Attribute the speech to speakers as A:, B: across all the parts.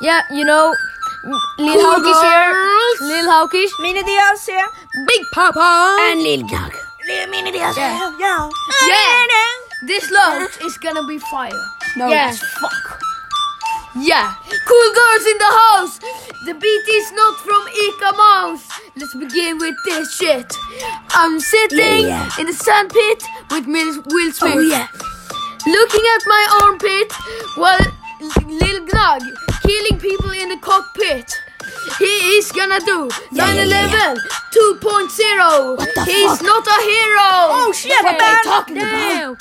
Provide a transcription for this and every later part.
A: Yeah, you know, Lil Hawkish here. Lil Hawkish.
B: Mini Diaz here.
A: Big Papa.
C: And Lil Gag.
B: Lil Mini Diaz here. Yeah.
A: Yeah. This load is gonna be fire.
C: No,
A: Yeah.
C: that's fuck.
A: Yeah. Cool girls in the house. The beat is not from Ika Mouse. Let's begin with this shit. I'm sitting
C: Yeah,
A: in the sandpit with Mil- Will Smith.
C: Oh yeah.
A: Looking at my armpit while Lil Gnug killing people in the cockpit. He is gonna do 9-11
C: Yeah, yeah, yeah,
A: 2.0.
C: What the
A: He's
C: fuck?
A: not a hero.
B: Oh, shit,
C: What
B: man.
C: are they talking about?
A: Damn.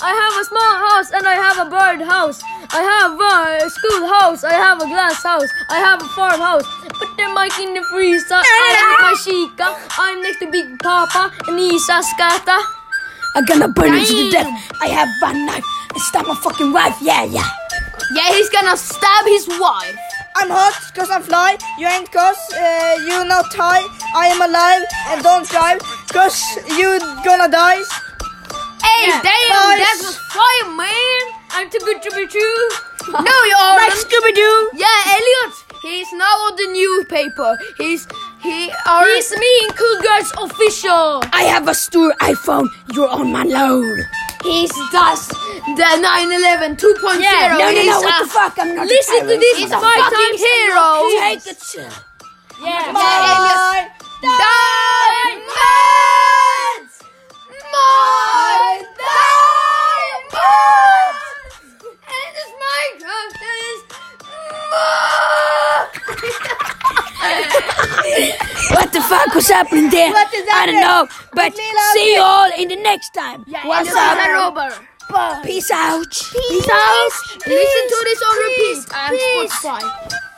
A: I have a small house and I have a bird house. I have a school house. I have a glass house. I have a farmhouse. Put the mic in the freezer. I have my chica. I'm next to Big Papa and he's a scatter.
C: I'm gonna burn him to the
A: Damn.
C: death. I have a knife. I stab my fucking wife. Yeah, yeah.
A: Yeah, he's gonna stab his wife.
B: I'm hot cause I'm fly. You ain't cause uh, you not high. I am alive and don't drive cause you gonna die.
A: Hey, damn,
B: Nice.
A: that was fire, man. I'm too good to be true. no, you
B: Like
A: aren't.
B: Scooby Doo.
A: Yeah, Elliot. He's now on the newspaper. He's he. Are, he's me and Cool Girls official.
C: I have a store iPhone. You're on my load.
A: He's thus the 911 2.0.
C: No, no,
A: He's
C: no. What the
A: us.
C: fuck? I'm not.
A: Listen to this five-time hero.
B: Oh.
C: Take the chill.
A: Yeah.
B: Bye.
A: Diamonds! My diamonds! And this Minecraft is
C: What the fuck was happening there?
B: What is
C: I don't
B: happening?
C: know. But
B: Lil Hawkish.
C: see you all in the next time. What's up?
A: Robber.
C: Peace out.
A: Peace out. Listen to this on repeat. and Spotify.